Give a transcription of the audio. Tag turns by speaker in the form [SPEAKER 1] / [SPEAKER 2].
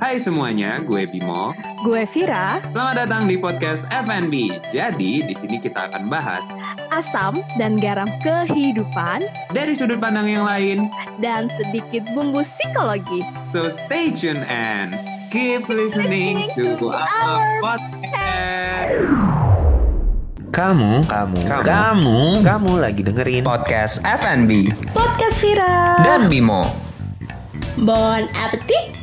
[SPEAKER 1] Hai semuanya, gue Bimo.
[SPEAKER 2] Gue Vira,
[SPEAKER 1] Selamat datang di podcast FNB. Jadi, di sini kita akan bahas
[SPEAKER 2] asam dan garam kehidupan,
[SPEAKER 1] dari sudut pandang yang lain.
[SPEAKER 2] dan sedikit bumbu psikologi.
[SPEAKER 1] So stay tuned and keep listening to our podcast.
[SPEAKER 3] Kamu, kamu, kamu, kamu, kamu lagi dengerin
[SPEAKER 1] Podcast FNB
[SPEAKER 2] Podcast Vira.
[SPEAKER 1] dan Bimo.
[SPEAKER 2] Bon appetit.